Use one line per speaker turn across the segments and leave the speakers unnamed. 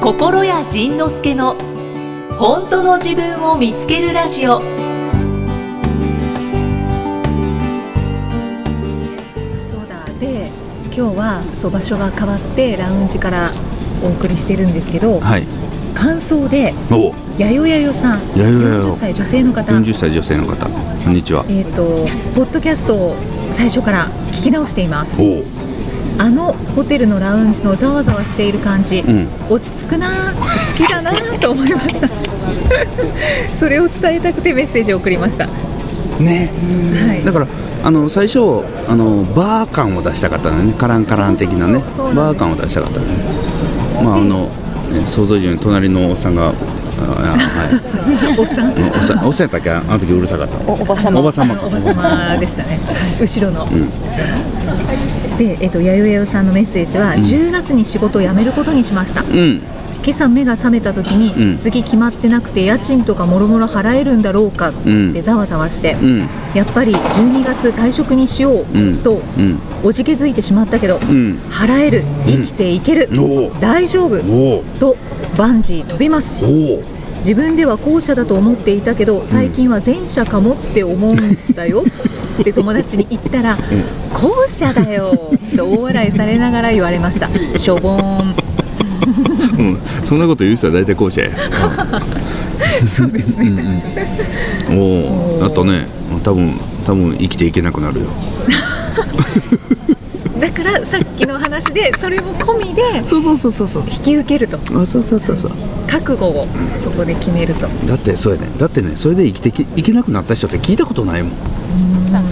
心谷仁之助の本当の自分を見つけるラジオ
そうだで今日はそう場所が変わってラウンジからお送りしてるんですけど、
はい。
感想で
お、
やよやよさん
やよやよ
40歳女性の方
40歳女性の方、こんにちは。
えっ、とポッドキャストを最初から聞き直しています
お、
あのホテルのラウンジのざわざわしている感じ、
ん
落ち着くな好きだなと思いました それを伝えたくてメッセージを送りましたは
ね。
い
だからあの最初あのバー感を出したかったのね、カランカラン的なね、
そうそうそうなんで
バー
す
感を出したかったのね。まああの、ね想像以上に隣のおっさんが。ああは い、
おっさん
おっさんおっさんやったっけあの時うるさかったおばさまおばさまか
おばさまでしたね、後ろの。で、えっと、やよやよさんのメッセージは、10月に仕事を辞めることにしました。
うん
今朝目が覚めた時に、
うん
次決まってなくて家賃とかもろもろ払えるんだろうかっ
うん
てざわざわして、
うん
やっぱり12月退職にしよう
うん
と
うん
おじけづいてしまったけど、
ん
払える生きていける、
おー
大丈夫
おー
とバンジー飛びます
おお
自分では後者だと思っていたけど最近は前者かもって思うんだ よって友達に言ったら後者だよと大笑いされながら言われました しょぼーん
うん、そんなこと言う人は大体こうしや。
そうですね、
おお、だったね。多分多分生きていけなくなるよ。
だからさっきの話でそれも込みで
そうそうそうそうそう。
引き受けると
あ、そうそうそうそう。
覚悟をそこで決めると、
だってそうやね。だってね、それで生きてきいけなくなった人って聞いたことないもん。
あ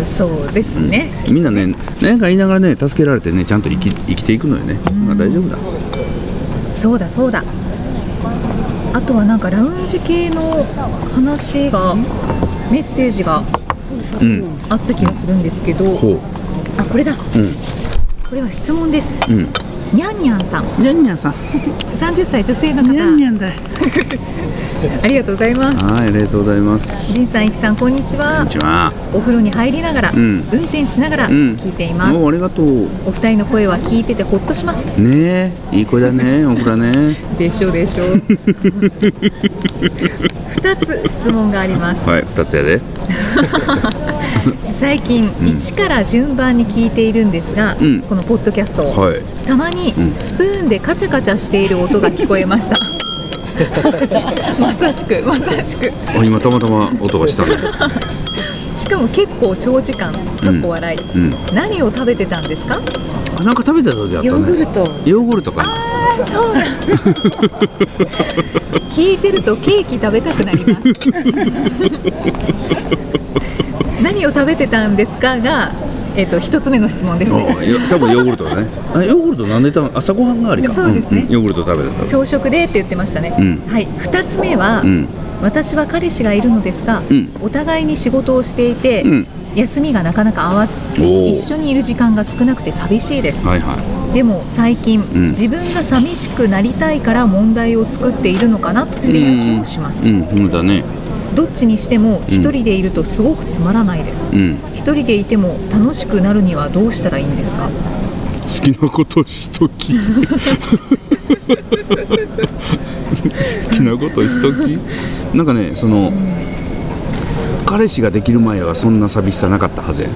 ーそうですね、
みんなね、なんか言いながらね、助けられてね、ちゃんと生き生きていくのよね。まあ大丈夫だ。
そうだそうだあとはなんかラウンジ系の話がメッセージが
うん。
あった気がするんですけど、
こ
あこれだ
う。うん
これは質問です
うん。
にゃんにゃんさん
にゃんにゃんさん。
30歳女性の方
ゃんだ。
ありがとうございます
はい、ありがとうございます。
じんさんいきさんこんにち
こん
は
にちは。
お風呂に入りながら、
ん
運転しながら
うん
聞いています、
もうありがとう。
お二人の声は聞いててほっとします
ねえ、いい子 だね、おふらね。
でしょでしょ 二つ質問があります
はい、二つやで。
最近、一から順番に聞いているんですが、
うん
このポッドキャストを、
はい。
たまに
ん
スプーンでカチャカチャしている音が聞こえま したまさしくまさしく
あ、今たまたま音がしたね。
しかも結構長時間かっこ笑い、
うん。
何を食べてたんですか
あなんか食べた時あったね。
ヨーグルト
ヨーグルトかな。
そうなん 聞いてるとケーキ食べたくなります 何を食べてたんですかが、えっと一つ目の質問です
おうよ多分ヨーグルトだね。あヨーグルトなんでたの朝ごはん代わりか。
そうですね
んんヨーグルト食べてた。
朝食でって言ってましたね、
うん
はい二つ目は、
うん
私は彼氏がいるのですが、
ん
お互いに仕事をしていて、
うん
休みがなかなか合わず
おー
一緒にいる時間が少なくて寂しいです
はいは
でも最近、
ん
自分が寂しくなりたいから問題を作っているのかなっていう気もしま
い。
す、
うん、そうだね。
どっちにしても一人でいるとすごくつまらないです、
うん。
一人でいても楽しくなるにはどうしたらいいんですか
好きなことしとき。好きなことしとき。なんかね、その。彼氏ができる前はそんな寂しさなかったはずやね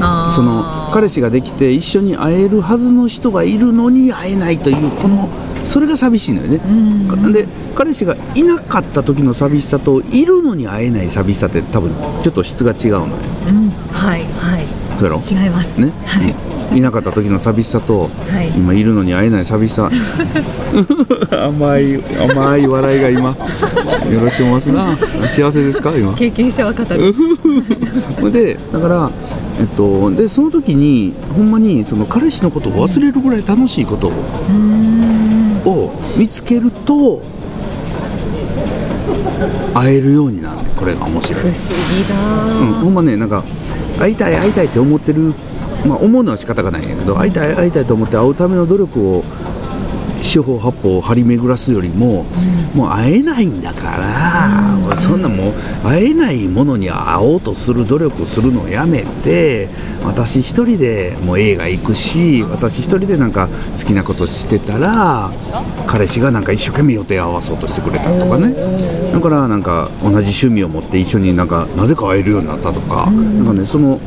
あー
その彼氏ができて一緒に会えるはずの人がいるのに会えないというこのそれが寂しいのよね、で彼氏がいなかった時の寂しさといるのに会えない寂しさって多分ちょっと質が違うのよ
うんはいは
そうやろ
い違います
ね、
はい、
うんいなかった時の寂しさと、
い
今いるのに会えない寂し さ甘い甘い笑いが今よろしおますな幸せですか今
経験者は語る
でだから、えっと、でその時にほんまにその彼氏のことを忘れるぐらい楽しいことをを見つけると会えるようになるこれが面白い
不、思議だ
う
ー
ん、ほんまねなんか会いたい会いたいって思ってるまあ思うのは仕方がないんやけど会いたい会いたいと思って会うための努力を四方八方張り巡らすよりも、もう会えないんだから、そんなもう会えないものに会おうとする努力をするのをやめて私一人でもう映画行くし私一人でなんか好きなことしてたら彼氏がなんか一生懸命予定合わそうとしてくれたりとかねだからなんか同じ趣味を持って一緒になんかなぜか会えるようになったとか、なんかねその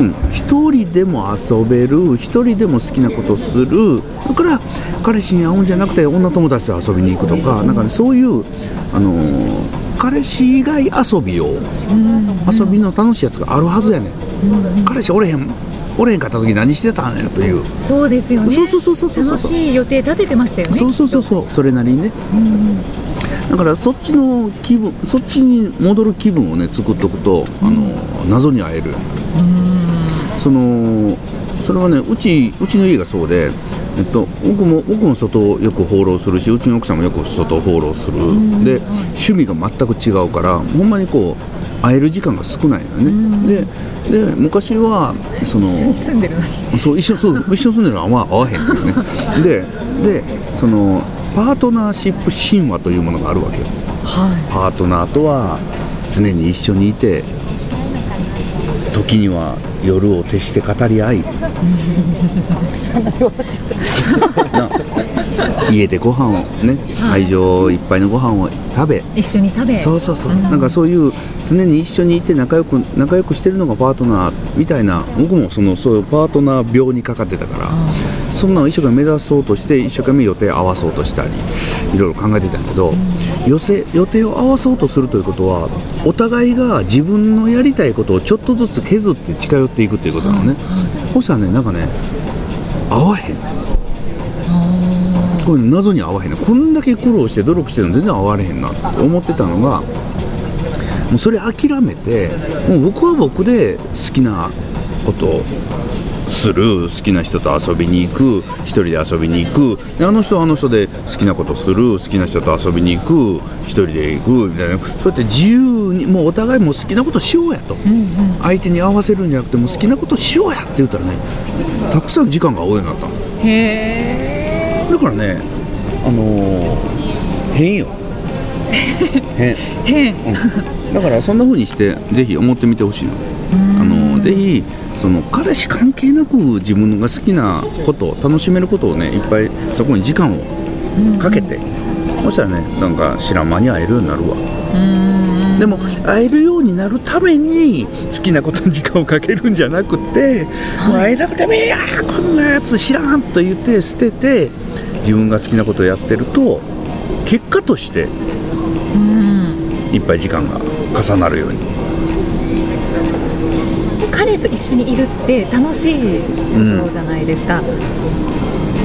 うん一人でも遊べる一人でも好きなことするだから彼氏に会うんじゃなくて女友達と遊びに行くとかなんか、ね、そういう、あのー彼氏以外遊びを遊びの楽しいやつがあるはずやねん彼氏おれへんおれへんかった時何してたんやという
そうですよね
そうそうそうそうそう
楽しい予定立ててましたよね
そうそうそうそうそれなりにね、だからそっちの気分そっちに戻る気分をね作っとくと、あの謎に会える、そのそれはねうちうちの家がそうで、えっと、僕も僕も外をよく放浪するしうちの奥さんもよく外を放浪する、で趣味が全く違うからほんまにこう会える時間が少ないのよね、でで昔はその
一緒に住んでるのに
そう一緒そう一緒に住んでるのはあんま合わへんっていうねででそのパートナーシップ神話というものがあるわけよ
は
パートナーとは常に一緒にいて時には夜を徹して語り合いな家でご飯をね愛情いっぱいのご飯を食べ
い一緒に食べ
そうそうそう、なんかそういう常に一緒にいて仲良く仲良くしてるのがパートナーみたいな僕もそのそういうパートナー病にかかってたから、そんなの一生懸命目指そうとして一生懸命予定合わそうとしたりいろいろ考えてたんやけど、予せ予定を合わそうとするということはお互いが自分のやりたいことをちょっとずつ削って近寄っていくということなのね、そしたらねなんかね合わへんこれ謎に合わへんなこんだけ苦労して努力してるの全然合われへんなって思ってたのがもうそれ諦めてもう僕は僕で好きなことをする好きな人と遊びに行く一人で遊びに行くであの人はあの人で好きなことする好きな人と遊びに行く一人で行くみたいなそうやって自由にもうお互いもう好きなことしようやと、相手に合わせるんじゃなくてもう好きなことしようやって言ったらねたくさん時間が合うようになったの。
へえ
だからね、あのー変よ。変。
変
だからそんな風にしてぜひ思ってみてほしいの。あのーぜひその彼氏関係なく自分が好きなことを楽しめることをねいっぱいそこに時間をかけて、そしたらねなんか知らん間に会えるようになるわ。でも会えるようになるために好きなことに時間をかけるんじゃなくて、もう会えなくてもいいやこんなやつ知らんと言って捨てて自分が好きなことをやってると結果としていっぱい時間が重なるように
彼と一緒にいるって楽しいことじゃないですか、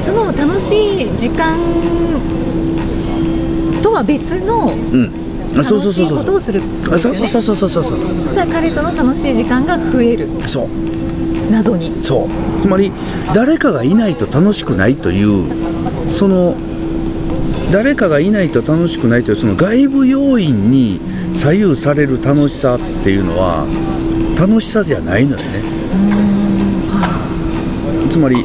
その楽しい時間とは別の
うんあ
楽
そうそう
し
そう
い
そ
こ
う
とをするんで
あ
す
そ
よ
う
ね
そうそうそうそうそうそう
そしたら彼との楽しい時間が増える
そう
謎に
そうつまり誰かがいないと楽しくないというその誰かがいないと楽しくないというその外部要因に左右される楽しさっていうのは楽しさじゃないのよねつまり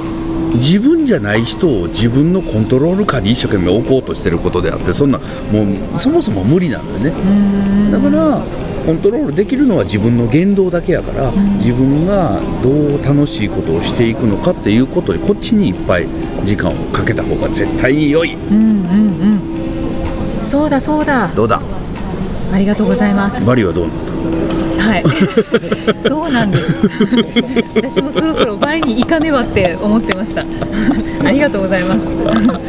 自分じゃない人を自分のコントロール下に一生懸命置こうとしてることであってそんなもうそもそも無理なのよねだからコントロールできるのは自分の言動だけやから、自分がどう楽しいことをしていくのかっていうことにこっちにいっぱい時間をかけた方が絶対に良い
うんうんうんそうだそうだ
どうだ
ありがとうございます
バリはどうなの
はいそうなんです私もそろそろバリに行かねばって思ってましたありがとうございます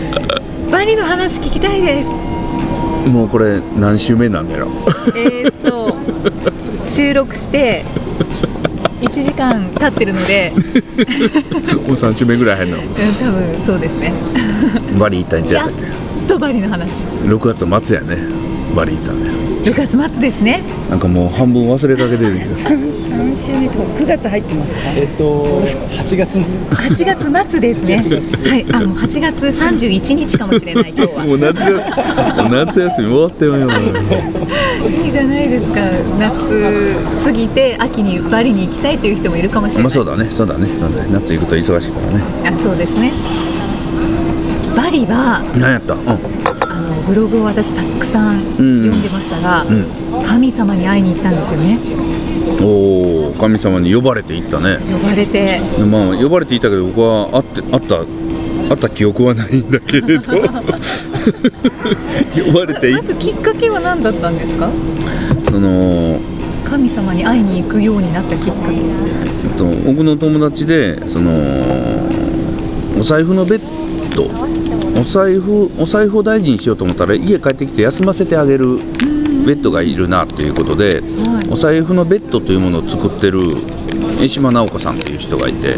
バリの話聞きたいです
もうこれ何週目なんだろう
えーっと収録して1時間経ってるので、うん
もう3週目ぐらい入る
多分そうですね。
のバリ行ったんじゃったっけ
とバリの話、
6月末やねバリ行ったね
6月末ですね。
なんかもう半分忘れかけてるけど
三週目とか九月入ってますか。
えっと、8月に
8月末ですね。はい、あもう8月31日かもしれ ない今日は。
う夏休みもう夏休み終わってよよ
いいじゃないですか。夏過ぎて秋にバリに行きたいという人もいるかもしれ
ま
な
あ
い。
そうだねそうだねそうだね夏行くと忙しいからね
あそうですね。バリは
何やったうん
あのブログを私たくさん
ん
読んでましたが、
ん
神様に会いに行ったんですよね
おお神様に呼ばれていったね
呼ばれて
まあ呼ばれていたけど僕は会って会った会った記憶はないんだけれど 呼ばれてい
まずきっかけは何だったんですか
その
神様に会いに行くようになったきっか
えっと僕の友達でそのお財布のベッドお財布お財布を大事にしようと思ったら家帰ってきて休ませてあげるベッドがいるなということで、
い
お財布のベッドというものを作ってる江島直子さんという人がいて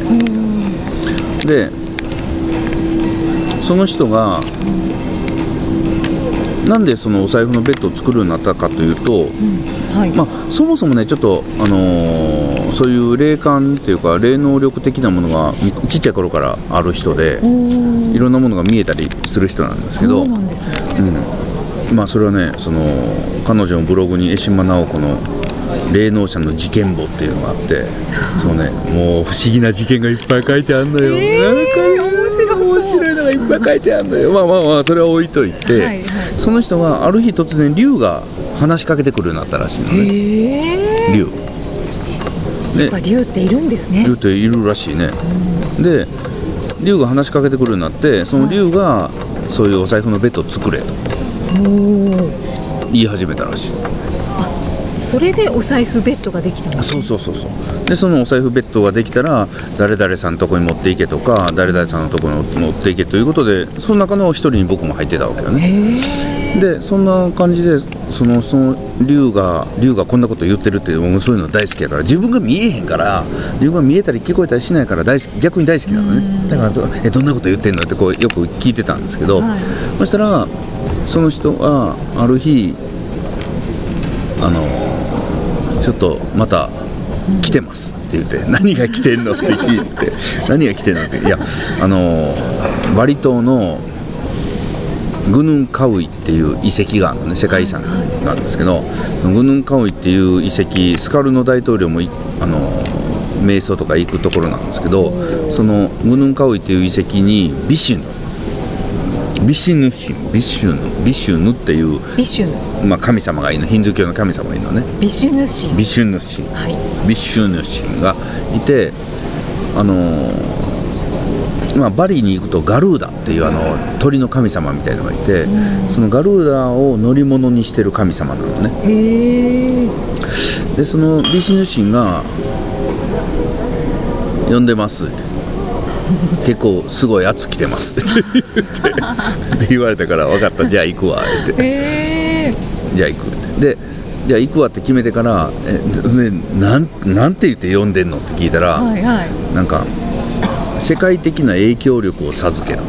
でその人がなんでそのお財布のベッドを作るようになったかというと、
けはい、
まあ、そもそもねちょっと、あのーそういう霊感っていうか霊能力的なものがちっちゃい頃からある人でいろんなものが見えたりする人なんですけ
そ
ど
うなんですね
まあそれはねその彼女のブログに江島直子の霊能者の事件簿っていうのがあってそうねもう不思議な事件がいっぱい書いてあんのよ、なんかね面白いのがいっぱい書いてあんのよまあまあまあそれは置いといて、
はいはい
その人がある日突然竜が話しかけてくるようになったらしいのね
え
竜
え
で
やっぱ竜っているんですね
竜っているらしいね、で竜が話しかけてくるようになってその竜がそういうお財布のベッドを作れと言い始めたらしい
それでお財布ベッドができたんです
そうそうそうそうでそのお財布ベッドができたら誰々さんのとこに持っていけとか誰々さんのとこに持っていけということでその中の一人に僕も入ってたわけよねでそんな感じでそのその龍が龍がこんなこと言ってるって面白いの大好きやから自分が見えへんから龍が見えたり聞こえたりしないから大好き逆に大好きなのねだからそうえどんなこと言ってんのってこうよく聞いてたんですけど、
はい
そしたらその人がある日あのちょっとまた来てますって言って 何が来てんのって聞いて 何が来てんのっていやあのバリ島のグヌンカウイっていう遺跡があるのね世界遺産なんですけどグヌンカウイっていう遺跡スカルノ大統領もいあの瞑想とか行くところなんですけどそのグヌンカウイっていう遺跡にビシュヌビシュヌ神ビシュヌビシュヌっていう、
ビシュヌ
まあ、神様がいるのヒンドゥー教の神様がいるのね
ビシュヌ神
ビシュヌ神
はい
ビシュヌ神がいて、あのーまあ、バリに行くとガルーダっていうあの鳥の神様みたいのがいて、そのガルーダを乗り物にしてる神様なのね
へえ
でそのビシュヌ神が「呼んでます」って「結構すごい圧来てます」って言 ってで言われたから「分かったじゃあ行くわ」って
へえ
じゃあ行くってでじゃあ行くわって決めてから「えでなんなんて言って呼んでんの?」って聞いたら、
はいはい
なんか世界的な影響力を授けるっ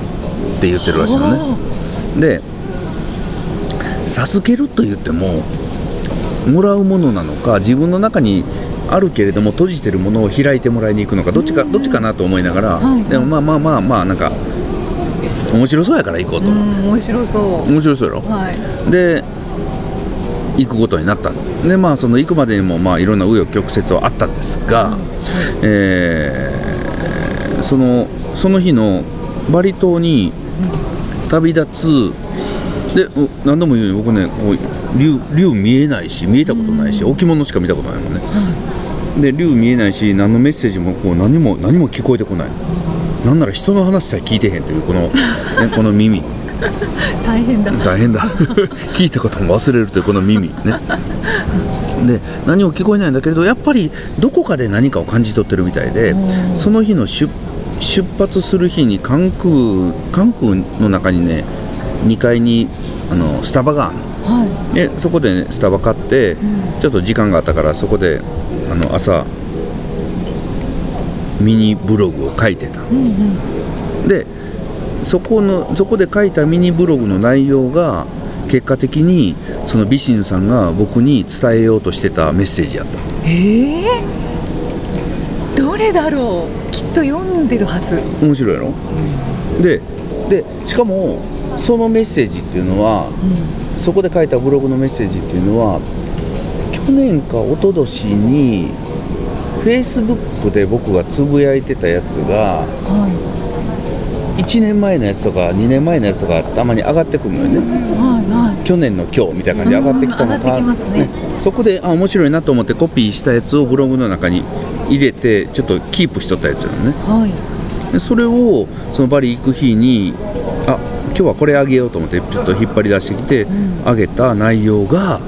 て言ってるらしいのねで授けると言ってももらうものなのか自分の中にあるけれども閉じてるものを開いてもらいに行くのかどっちかどっちかなと思いながら、
はい
でもまあまあまあまあなんか面白そうやから行こうと、
うん面白そ
面白そうやろ、
うはい
で行くことになったでまあその行くまでにもまあいろんな紆余曲折はあったんですが、えーそのその日のバリ島に旅立つでう何度も言うように僕ねこう竜竜見えないし見えたことないし置物しか見たことないもんね、で竜見えないし何のメッセージもこう何も何も聞こえてこないなんなら人の話さえ聞いてへんというこ の、ね、この耳
大変だ
大 変だ聞いたことも忘れるというこの耳ねで何も聞こえないんだけれどやっぱりどこかで何かを感じ取ってるみたいでその日の出出発する日に関空関空の中にね2階にあのスタバがあるの
は
でそこでね、スタバ買って、ちょっと時間があったからそこであの朝ミニブログを書いてた、でそこのそこで書いたミニブログの内容が結果的にそのビシヌさんが僕に伝えようとしてたメッセージやった
いへえどれだろうきっと読んでるはず
面白いやろ、ででしかもそのメッセージっていうのは、そこで書いたブログのメッセージっていうのは去年か一昨年にフェイスブックで僕がつぶやいてたやつが
は
1年前のやつとか2年前のやつとかたまに上がってくるのよね
は
去年の今日みたいな感じで上がってきたのか
うん上がってきますね
そこであ面白いなと思ってコピーしたやつをブログの中に入れてちょっとキープしとったやつなのね
いはい
でそれをそのバリ行く日にあ今日はこれあげようと思ってちょっと引っ張り出してきてあげた内容が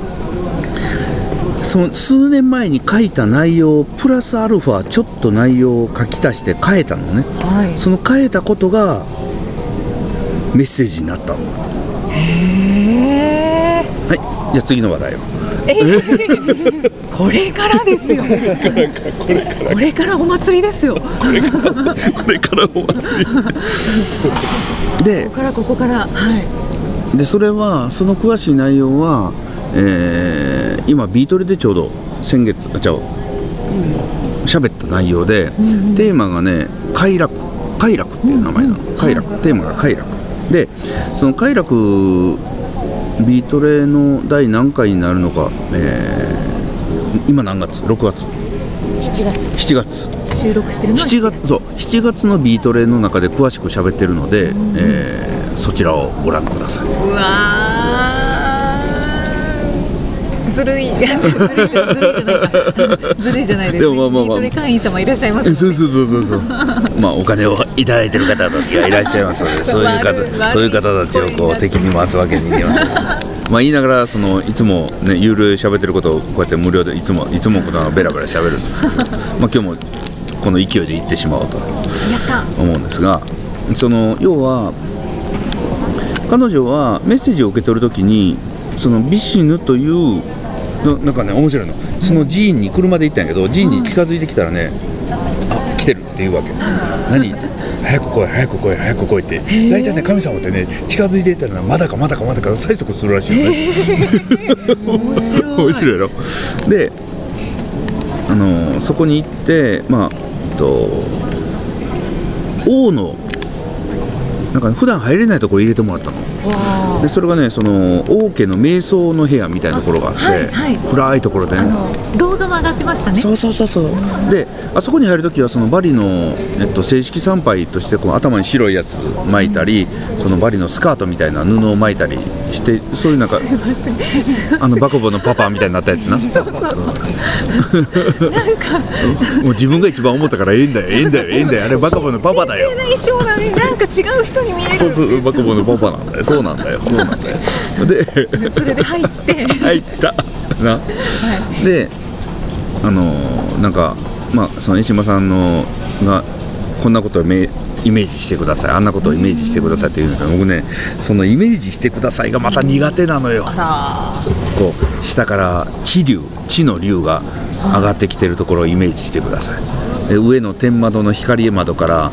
その数年前に書いた内容プラスアルファちょっと内容を書き足して変えたのね
はい
その変えたことがメッセージになったのは
へえ
いじゃあ次の話題を
これからですよこれからこれからお祭りですよこ
これからお祭りで
こからここからはい
でそれはその詳しい内容は、えー今ビートルでちょうど先月あじゃあ喋った内容で、テーマがね「快楽」「快楽」っていう名前なの、快楽、テーマが「快楽」でその「快楽」ビートレの第何回になるのか、えー今何月 ?6 月
7月
7月
収録してるのは
7月そう7月のビートレの中で詳しく喋ってるので、えーそちらをご覧くださいう
わーずるい ずるいじゃないずるいじゃないです
でもまあまあま
ビー
あ
トレ会員様いらっしゃいます
えそうそうそうそうそうまあお金をいただいてる方たちがいらっしゃいます のでそういう
悪い悪
方
い
そういう方たちをこう敵に回すわけにいきませんまあ言いながらそのいつもねゆるゆる喋ってることをこうやって無料でいつもい つもこのベラベラ喋るんですけどまあ今日もこの勢いで行ってしまおうと思うんですがその要は彼女はメッセージを受け取るときにそのビシヌというのなんかね面白いのその寺院に車で行ったんやけど寺院に近づいてきたらね、あ来てるって言うわけ何早く来い早く来い早く来いって大体ね神様ってね近づいていったらねまだかまだかまだか催促するらしいのね
面白い
面白いやろであのそこに行ってまあえっと王のなんかね普段入れないところ入れてもらったの
わ
でそれがねその王家の瞑想の部屋みたいなところがあって
あはいはい
暗いところで、
ーあの動画も上がってましたね
そうそうそうそうであそこに入るときはそのバリの、えっと、正式参拝としてこの頭に白いやつ巻いたりそのバリのスカートみたいな布を巻いたりしてそういうなんかあのバコボのパパみたいになったやつな
そうそうそう
もう自分が一番思ったからええんだよええんだよええんだよあれバカボのパパだよ
神聖な衣装なのになんか違う人に見える
そうそうバカボのパパなんだよそうなんだよそうなんだよで
それで入って
入ったな、であのーなんかまあその江島さんのがこんなことをめイメージしてくださいあんなことをイメージしてくださいって言うんだけど僕ねそのイメージしてくださいがまた苦手なのよこう下から地流地の流が上がってきてるところをイメージしてくださいで上の天窓の光窓から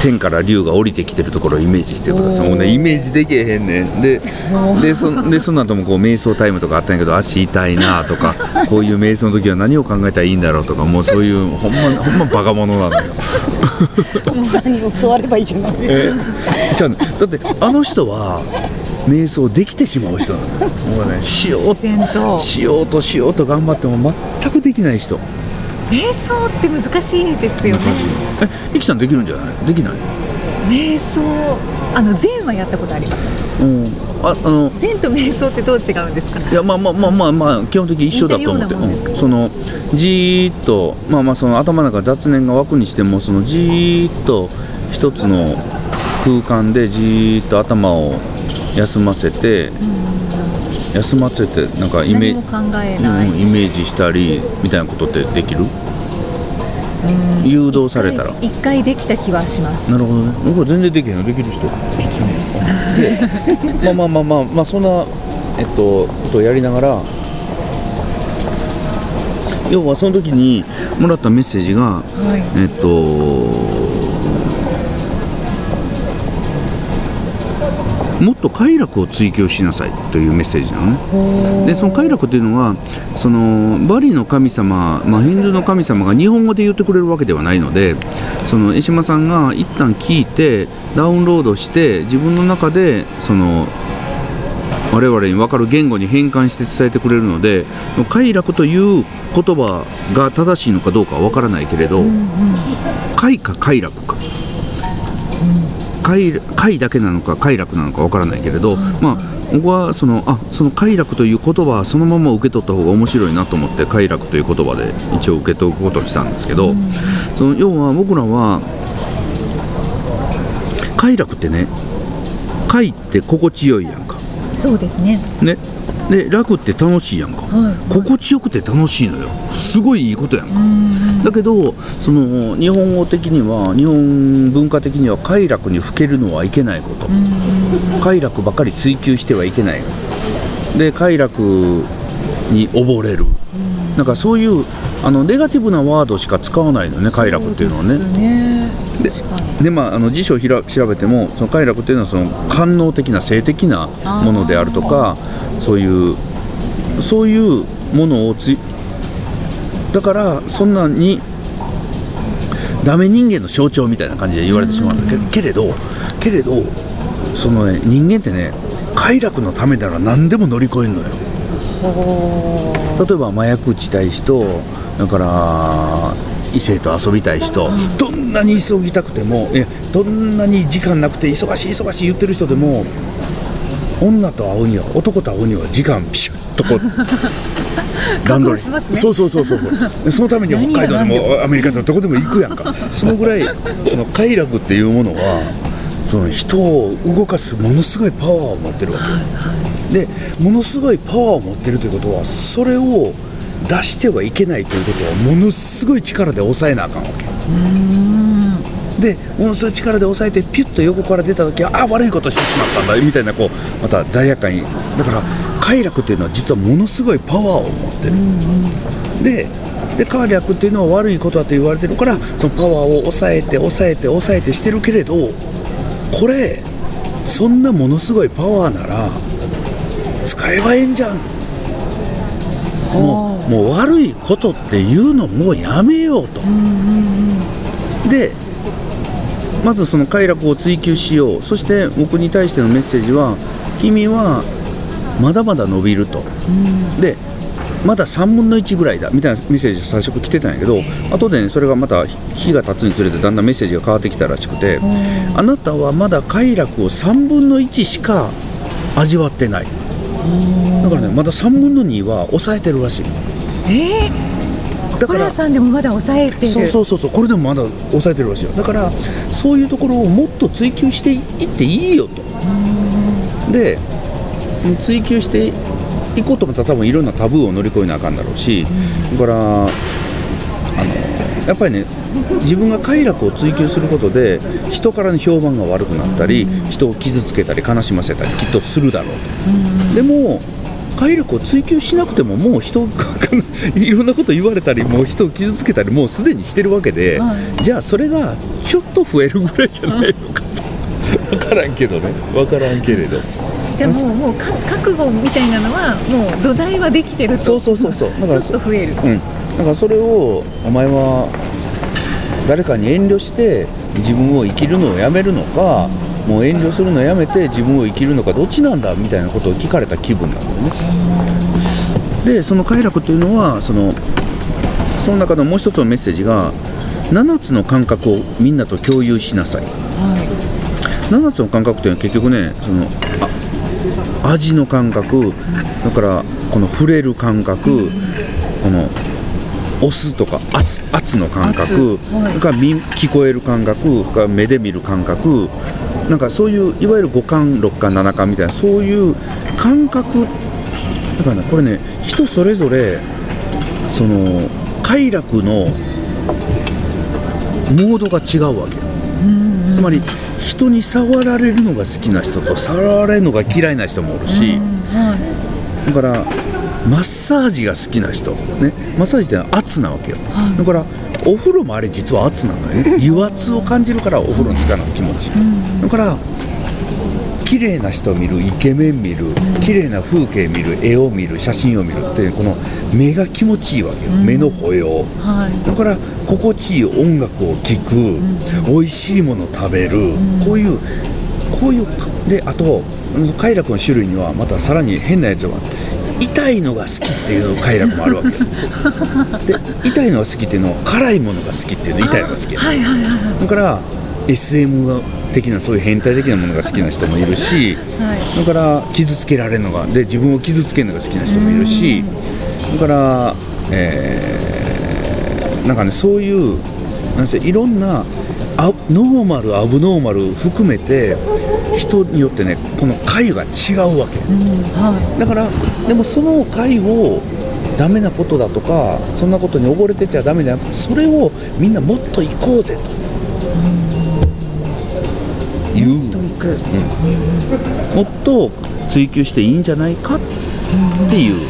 天から竜が降りてきてるところをイメージしてくださいもうねイメージできへんねんででそでその後もこう瞑想タイムとかあったんやけど足痛いなとか こういう瞑想の時は何を考えたらいいんだろうとかもうそういうほんまほんまバカ者なのよ
奥さんに教わればいいじゃないです
えじゃあねだってあの人は瞑想できてしまう人なのよもうねしよ
自然と
うしようとしようと頑張っても全くできない人
瞑想って難しいですよね
えいきさんできるんじゃないできない
瞑想あの禅はやったことあります
うんああの
禅と瞑想ってどう違うんですか
いやまあまあまあまあまあ基本的に一緒だと思って
似たようなもんですか
うんそのじーっとまあまあその頭の中雑念が湧くにしてもそのじーっと一つの空間でじーっと頭を休ませて休ませてなんかイ
何
メー
も
ジ
考えない、
うんイメージしたりみたいなことってできる誘導されたら
はい一回できた気はします
なるほどね。これ全然できへんのできる 人。で、まあまあまあまあまあそんなえっとことをやりながら、要はその時にもらったメッセージが、
はい
えっと。もっと快楽を追求しなさいというメッセージなのねでその快楽というのはそのバリの神様、まあ、ヒンドゥーの神様が日本語で言ってくれるわけではないのでその江島さんが一旦聞いてダウンロードして自分の中でその我々に分かる言語に変換して伝えてくれるので快楽という言葉が正しいのかどうかは分からないけれど、快か快楽か快快だけなのか快楽なのかわからないけれど、まあ、僕はそのあその快楽という言葉はそのまま受け取った方が面白いなと思って快楽という言葉で一応受け取ることにしたんですけど、その要は僕らは快楽ってね快って心地よいやんか。
そうですね
ね、で楽って楽しいやんか、
はい
心地よくて楽しいのよすごいいいことやんか、だけどその日本語的には日本文化的には快楽にふけるのはいけないこと、快楽ばかり追求してはいけないで快楽に溺れる、なんかそういうあのネガティブなワードしか使わないのよね快楽っていうのはね
そうですね
で
確かに
でまあ、あの辞書をひら調べてもその快楽というのはその官能的な性的なものであるとかそういうそういうものをついだからそんなにダメ人間の象徴みたいな感じで言われてしまうんだけどけれどけれどその、ね、人間ってね快楽のためなら何でも乗り越えるのよ。例えば麻薬打ちたい人だから異性と遊びたい人どんなに急ぎたくてもえどんなに時間なくて忙しい忙しい言ってる人でも女と会うには男と会うには時間ピシュッ とこう段取り
しますね
そうそうそうそうでそのために北海道にもアメリカでもどこでも行くやんかそのぐらいその快楽っていうものはその人を動かすものすごいパワーを持ってるわけよでものすごいパワーを持ってるということはそれを出してはいけないということはものすごい力で抑えなあかんわけでものすごい力で抑えてピュッと横から出た時はあ悪いことしてしまったんだみたいなこうまた罪悪感にだから快楽っていうのは実はものすごいパワーを持ってるででカーリャクっていうのは悪いことだと言われてるからそのパワーを抑えて抑えて抑えてしてるけれどこれそんなものすごいパワーなら使えばええんじゃんもうもう悪いことっていうのもうやめようとでまずその快楽を追求しようそして僕に対してのメッセージは君はまだまだ伸びると、でまだ3分の1ぐらいだみたいなメッセージが最初来てたんやけど後でねそれがまた日が経つにつれてだんだんメッセージが変わってきたらしくてあなたはまだ快楽を3分の1しか味わってないだからねまだ3分の2は抑えてるらしい
えー
だ
ホラーさんでもまだ抑えてる
そうそうそうそうこれでもまだ抑えてるらしいよだからそういうところをもっと追求していっていいよとで追求していこうと思ったら多分いろんなタブーを乗り越えなあかんだろうしだからあのやっぱりね自分が快楽を追求することで人からの評判が悪くなったり人を傷つけたり悲しませたりきっとするだろうとでも快楽を追求しなくてももう人が いろんなこと言われたりもう人を傷つけたりもうすでにしてるわけで、じゃあそれがちょっと増えるぐらいじゃないのかとわからんけどねわからんけれど
じゃあもうもうか覚悟みたいなのはもう土台はできてると
そうそうそうそう
ち
だか
ょ
ら
っと増える
うん、だからそれをお前は誰かに遠慮して自分を生きるのをやめるのかもう遠慮するのをやめて自分を生きるのかどっちなんだみたいなことを聞かれた気分なんだよね。でその快楽というのはそのその中のもう一つのメッセージが7つの感覚をみんなと共有しなさい。7つの感覚というのは結局ねその味の感覚だからこの触れる感覚この押すとか圧圧の感覚、
圧はい
それから耳聞こえる感覚それから目で見る感覚なんかそういういわゆる五感六感七感みたいなそういう感覚だからねこれね人それぞれその快楽のモードが違うわけよつまり人に触られるのが好きな人と触られるのが嫌いな人もおるし、だからマッサージが好きな人、ね、マッサージってのは圧なわけよ、だからお風呂もあれ実は圧なのよね油圧を感じるからお風呂につかない気持ち、だから綺麗な人見るイケメン見る綺麗な風景見る絵を見る写真を見るっていうこの目が気持ちいいわけよ、目の保養、
はい
だから心地いい音楽を聴く、美味しいものを食べる、こういうこういうであとうん快楽の種類にはまたさらに変なやつが痛いのが好きっていう快楽もあるわ けよで痛いのが好きっていうのは辛いものが好きっていうの痛いのが好きやね
はいはいはいはい
だから SM が的なそういう変態的なものが好きな人もいるし、
は
だから傷つけられるのがで自分を傷つけるのが好きな人もいるしだから、えーなんかねそういうなんせいろんなあノーマルアブノーマル含めて人によってねこの回が違うわけ。
は
だからでもその介護をダメなことだとかそんなことに溺れてちゃダメだそれをみんなもっと行こうぜと。いううんもっと追求していいんじゃないかっていう、
い、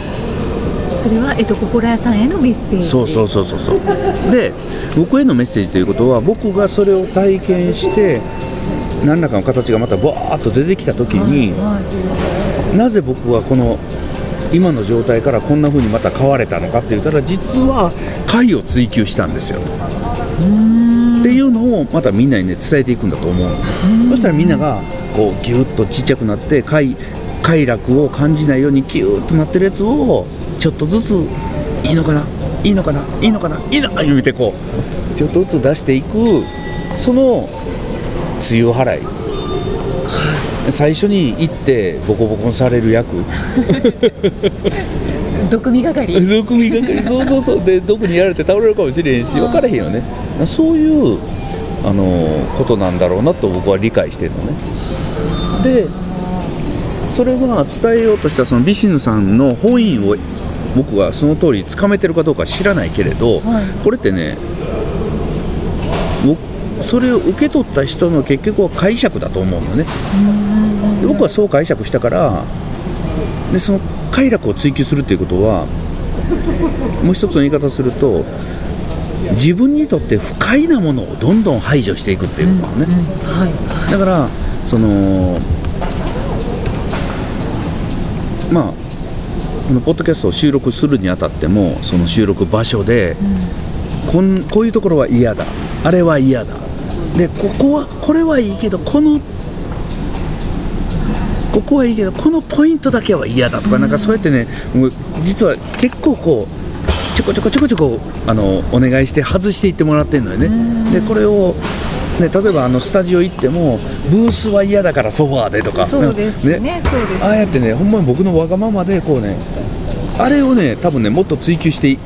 それは、えっと、心屋さんへのメッセージ
そうそうそうそうそうで僕へのメッセージということは僕がそれを体験して何らかの形がまたバーッと出てきた時に、
は
なぜ僕はこの今の状態からこんな風にまた変われたのかって言ったら実は解を追求したんですよ。っていうのをまたみんなにね伝えていくんだと思うそしたらみんながこうギュッとちっちゃくなって快快楽を感じないようにギュッとなってるやつをちょっとずついいのかないいのかないいのかないいのかな言うてこうちょっとずつ出していくその梅雨払い最初に行ってボコボコにされる役
い、毒味係
毒味がかりそうそうそうで毒にやられて倒れるかもしれんし分からへんよねそういうあのーことなんだろうなと僕は理解してるのねでそれは伝えようとしたそのビシヌさんの本意を僕はその通りつかめてるかどうか知らないけれど、これってねおそれを受け取った人の結局は解釈だと思うのねで僕はそう解釈したからでその快楽を追求するっていうことはもう一つの言い方をすると自分にとって不快なものをどんどん排除していくっていうことだね、だからそのまあこのポッドキャストを収録するにあたってもその収録場所で、こんこういうところは嫌だあれは嫌だでここはこれはいいけどこのここはいいけどこのポイントだけは嫌だとか、なんかそうやってねもう実は結構こうちょこちょこちょこちょこあのお願いして外していってもらってるのよね、でこれを、ね、例えばあのスタジオ行ってもブースは嫌だからソファーでとか
そうですねそうですね
ああやってねほんまに僕のわがままでこうねあれをね多分ねもっと追求してい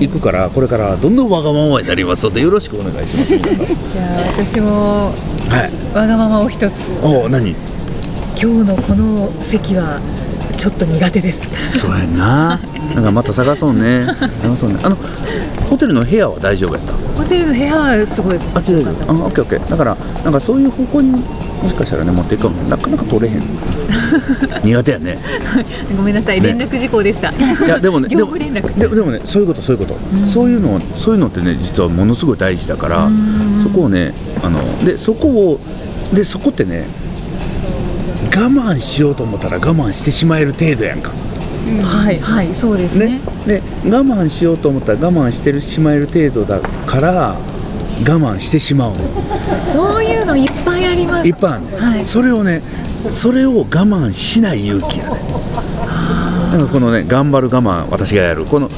いくからこれからどんどんわがままになりますのでよろしくお願いします皆さん
じゃあ私も
はい
わがままを一つ
おお何
今日のこの席はちょっと苦手です
そうやんな。なんかまた探そうね。探そうね。あのホテルの部屋は大丈夫やった。
ホテルの部屋はすごい
あ、違う違う。あ、オッケーオッケー。だからなんかそういう方向にもしかしたらね持っていくかもね。なかなか取れ へん。苦手やね。
ごめんなさい
ね
連絡事項でした、
いやでもね、で
業
も
務
で
連絡
もでもね、そういうことそういうこと。そういうのそういうのってね実はものすごい大事だから、そこをねあのでそこをでそこってね。我慢しようと思ったら我慢してしまえる程度やんか。
はいはいそうですね
ね、で我慢しようと思ったら我慢してるしまえる程度だから我慢してしまうの
そういうのいっぱいあります
いっぱいあるね、
はい
それをねそれを我慢しない勇気やねなんかこのね頑張る我慢私がやるこの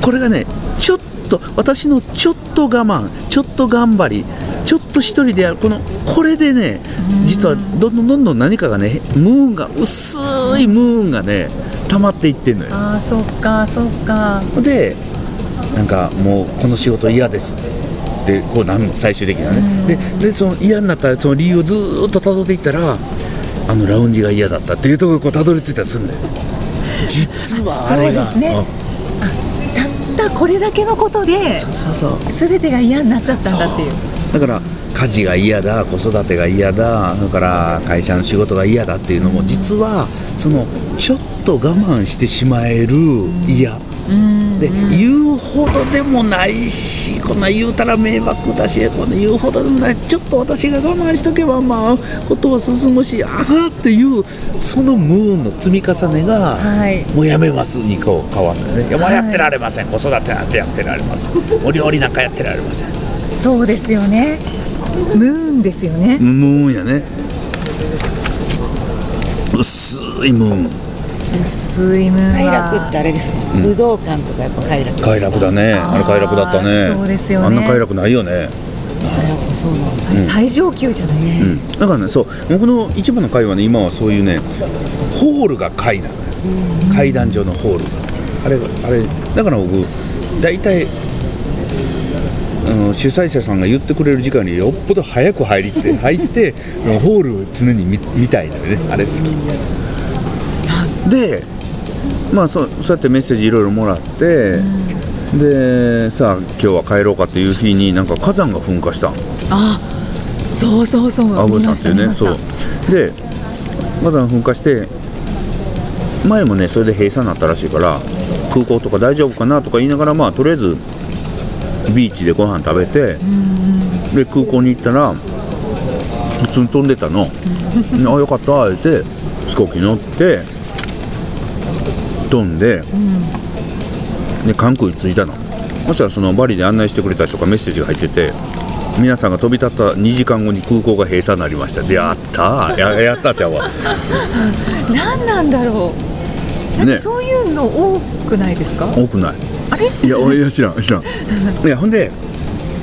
これがねちょっと私のちょっと我慢ちょっと頑張りちょっと一人でやるこのこれでね実はどんどんどんどん何かがねムーンが薄いムーンがね溜まっていってんのよ
ああそっかそっか
でなんかもうこの仕事嫌ですってこうなんの最終的にはね、ででその嫌になったその理由をずーっと辿っていったらあのラウンジが嫌だったっていうところにこう辿り着いたりするんだよ実はあれが
そうですねたったこれだけのことで
うんそうそうそう
全てが嫌になっちゃったんだっていう
だから家事が嫌だ子育てが嫌だだから会社の仕事が嫌だっていうのも実はそのちょっと我慢してしまえる嫌で言うほどでもないしこんな言うたら迷惑だしこんな言うほどでもないちょっと私が我慢しとけばまあことは進むしああっていうそのムーンの積み重ねが、
はい
もうやめますにこう変わるのね、いやもうやってられません子育てなんてやってられませんお料理なんかやってられません
そうですよねムーンですよね
ムーンやね薄いムーン
薄いムーン
快
は
楽ってあれですか、武道館とかやっぱ快楽ですか
快楽だねあれ快楽だったね
そうですよね
あんな快楽ないよね
そうなんだ
あれ最上級じゃないですか、
だからねそう僕の一部の会はね今はそういうねホールが階なのよ階段上のホールがあれあれだから僕大体あの主催者さんが言ってくれる時間によっぽど早く入り って入ってもうホールを常に見見たいのよねあれ好きでまあそうそうやってメッセージいろいろもらってでさあ今日は帰ろうかという日になんか火山が噴火したの
あそうそうそう
アブ
見
さん
ま
っ
して
い
た
う
見
ね
まし
そ
た
うで火山噴火して前もねそれで閉鎖になったらしいから空港とか大丈夫かなとか言いながらまあとりあえずビーチでご飯食べてで空港に行ったら普通に飛んでたのあよかった言って飛行機乗って飛んで、で韓国に着いたのそしたらそのバリで案内してくれた人がメッセージが入ってて皆さんが飛び立った2時間後に空港が閉鎖になりましたでやったーややったちゃうわ
何なんだろうなん
ね
かそういうの多くないですか、
多くない
あれ
いや俺いや知らん知らんいやほんで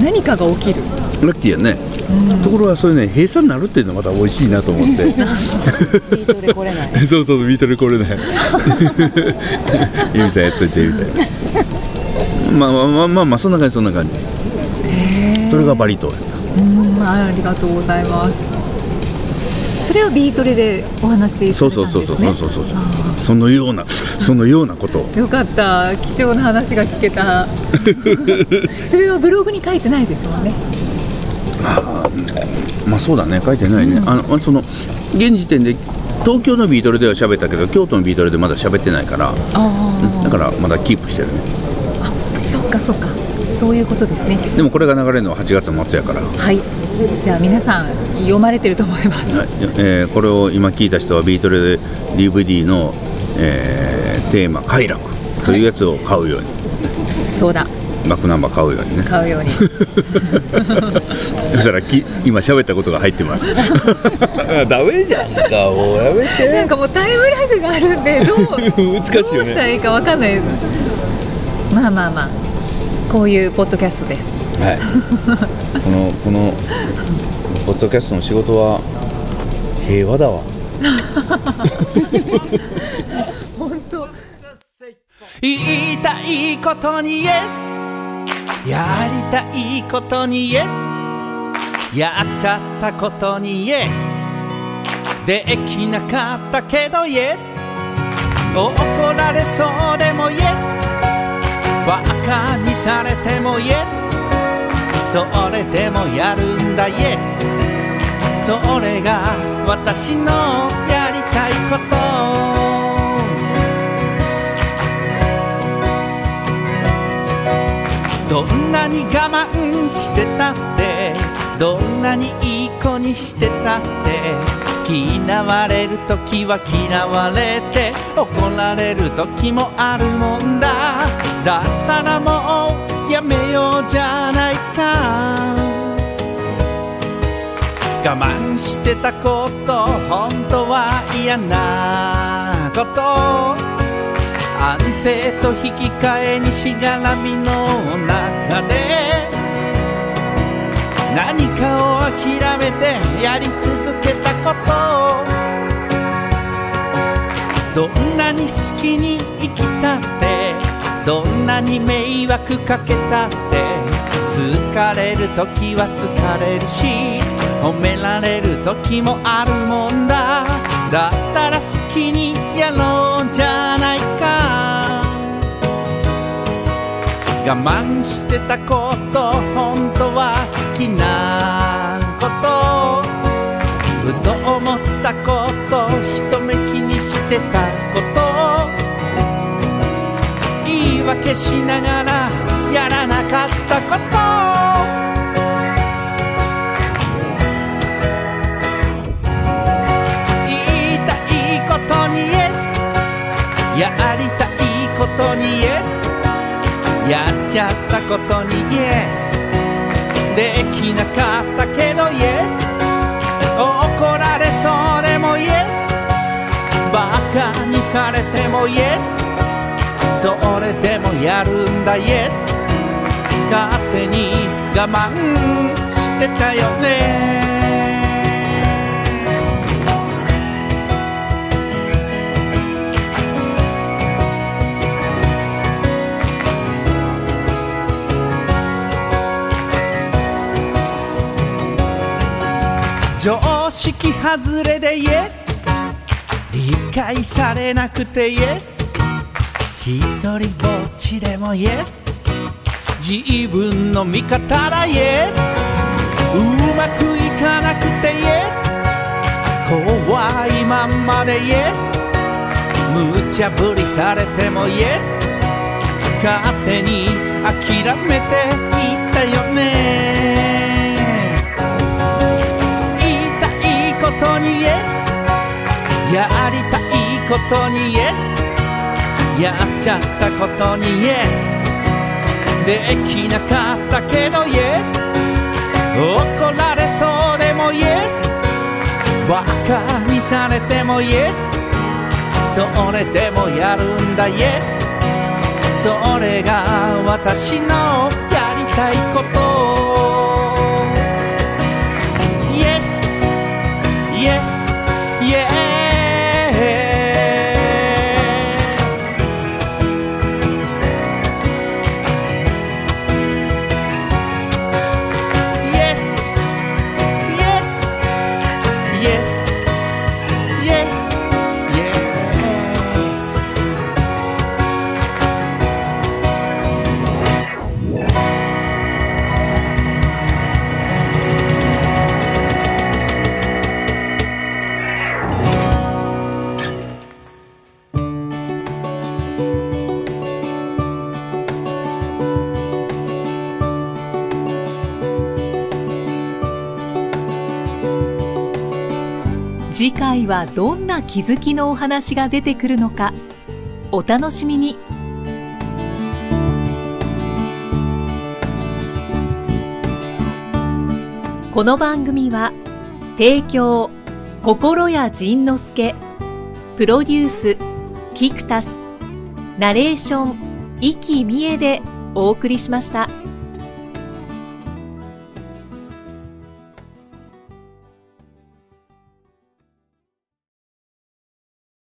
何かが起きる
ラッキーやね、ところがそういうね閉鎖になるっていうのがまた美味しいなと思って
ビートで来れな い
そうそうビートルこれ ないゆみさんやっといてみたい なまあまあまあまあ、まあ、そんな感じそんな感じそれがバリ島やった
うんありがとうございますそれをビートレでお話しさ
そう
れた
そ
ん
う
ですね
そうそうそうそうそうそのようなそのようなことを
よかった貴重な話が聞け たそれはブログに書いてないですもんね
まあそうだね書いてないね、あのその現時点で東京のビートルでは喋ったけど京都のビートルでまだ喋ってないから
あ
だからまだキープしてるね
あそっかそっかそういうことですね
でもこれが流れるのは8月末やから、はい
はいじゃあ皆さん読まれてると思います、
えーこれを今聞いた人はビートルで DVD の、えーテーマ「快楽」というやつを買うように、
そうだ
バックナンバー買うようにね
買う ように
そしたらき今喋ったことが入ってます ダメじゃんかもうやめて
なんかもうタイムラグがあるんでどう
難しいよね
どうしたらいいかわかんないですまあまあまあこういうポッドキャストです
はい、このこのポッドキャストの仕事は平和だわ。
本当
言いたいことにイエスやりたいことにイエスやっちゃったことにイエスできなかったけどイエス怒られそうでもイエスバカにされてもイエスそれでもやるんだイエスそれが私のやりたいことどんなに我慢してたってどんなにいい子にしてたって嫌われる時は嫌われて怒られる時もあるもんだだったらもうやめようじゃないか我慢してたこと本当は嫌なこと安定と引き換えにしがらみの中で何かを諦めてやり続けたことどんなに好きに生きたってどんなに迷惑かけたって疲れる時は好かれるし褒められる時もあるもんだだったら好きにやろうじゃないか我慢してたこと本当は好きなことふと思ったこと一目気にしてたこと言い訳しながらやらなかったこと言いたいことにイエスやりたいことにイエスやっちゃったことにイエスできなかったけどイエス怒られそうでもイエスバカにされてもイエスそれでもやるんだイエス勝手に我慢しってたよね常識外れでイエス理解されなくてイエス一人ぼっちでもイエス自分の味方だイエスうまくいかなくてイエス怖いまんまでイエス無茶ぶりされてもイエス勝手に諦めていったよね言いたいことにイエスやりたいことにイエスやっちゃったことにイエスできなかったけどイエス怒られそうでもイエスバカにされてもイエスそれでもやるんだイエスそれが私のやりたいことイエス Yes, yes. イエスイエスイエスイエスイエス
次回はどんな気づきのお話が出てくるのかお楽しみにこの番組は提供心谷仁之助プロデュースキクタスナレーション生きみえでお送りしました。